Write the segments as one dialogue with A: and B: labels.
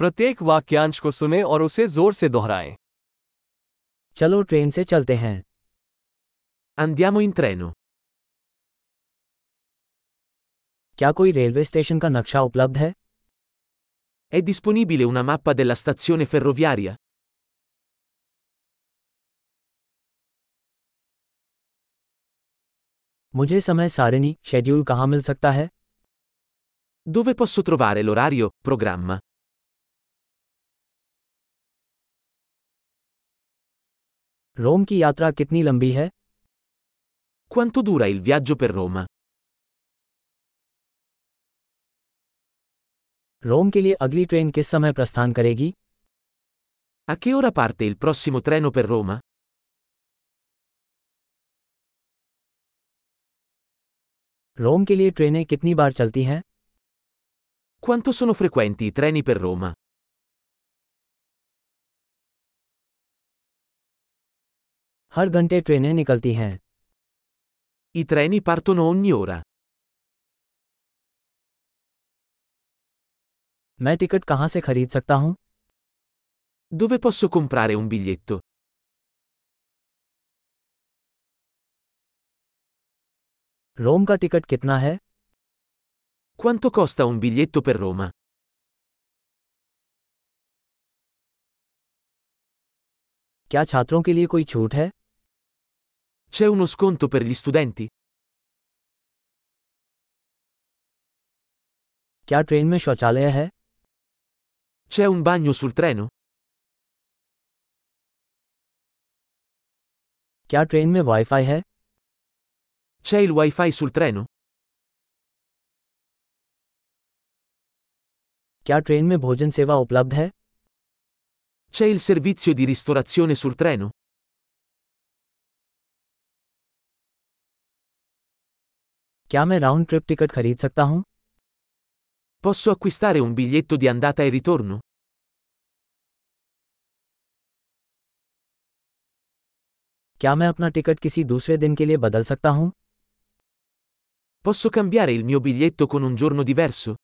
A: प्रत्येक वाक्यांश को सुने और उसे जोर से दोहराएं
B: चलो ट्रेन से चलते हैं
C: Andiamo in treno.
B: क्या कोई रेलवे स्टेशन का नक्शा उपलब्ध है
C: È disponibile una mappa della stazione ferroviaria?
B: मुझे समय सारिणी शेड्यूल कहाँ मिल सकता है
C: Dove posso trovare l'orario, programma?
B: Rome की यात्रा कितनी लंबी है
C: Quanto dura il viaggio per Roma?
B: Rome के लिए अगली ट्रेन किस समय प्रस्थान करेगी
C: A che ora parte il prossimo treno per Roma?
B: Rome के लिए ट्रेनें कितनी बार चलती हैं
C: Quanto sono frequenti i treni per Roma?
B: हर घंटे ट्रेनें निकलती हैं
C: I treni partono ogni ora.
B: मैं टिकट कहाँ से खरीद सकता हूँ
C: Dove posso comprare un biglietto?
B: रोम का टिकट कितना है
C: Quanto costa un biglietto per Roma?
B: क्या छात्रों के लिए कोई छूट है
C: C'è uno sconto per gli studenti?
B: क्या ट्रेन में शौचालय है
C: C'è un bagno sul treno?
B: क्या ट्रेन में वाईफाई है
C: C'è il wifi sul treno?
B: क्या ट्रेन में भोजन सेवा उपलब्ध है
C: C'è il servizio di ristorazione sul treno?
B: क्या मैं राउंड ट्रिप टिकट खरीद सकता हूँ
C: Posso acquistare un biglietto di andata e ritorno?
B: क्या मैं अपना टिकट किसी दूसरे दिन के लिए बदल सकता हूँ
C: Posso cambiare il mio biglietto con un giorno diverso?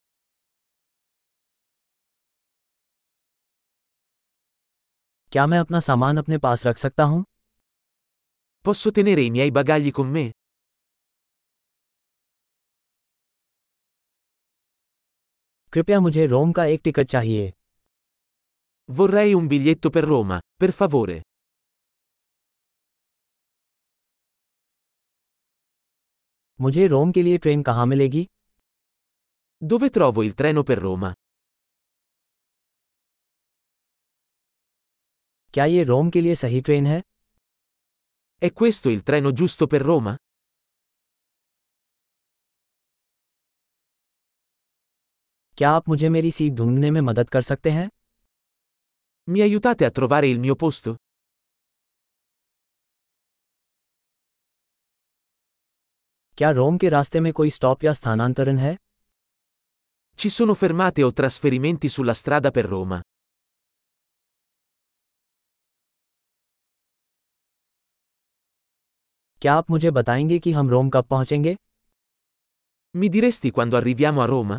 B: क्या मैं अपना सामान अपने पास रख सकता हूँ
C: Posso tenere i miei bagagli con me?
B: कृपया मुझे रोम का एक टिकट चाहिए
C: Vorrei un biglietto per Roma, per favore.
B: मुझे रोम के लिए ट्रेन कहाँ मिलेगी
C: Dove trovo il treno per Roma?
B: क्या ये रोम के लिए सही ट्रेन है
C: È questo il treno giusto per Roma?
B: क्या आप मुझे मेरी सीट ढूंढने में मदद कर सकते हैं
C: Mi aiutate a trovare il mio posto?
B: क्या रोम के रास्ते में कोई स्टॉप या स्थानांतरण है
C: Ci sono fermate o trasferimenti sulla strada per Roma?
B: क्या आप मुझे बताएंगे कि हम रोम कब पहुंचेंगे
C: Mi diresti quando arriviamo a Roma?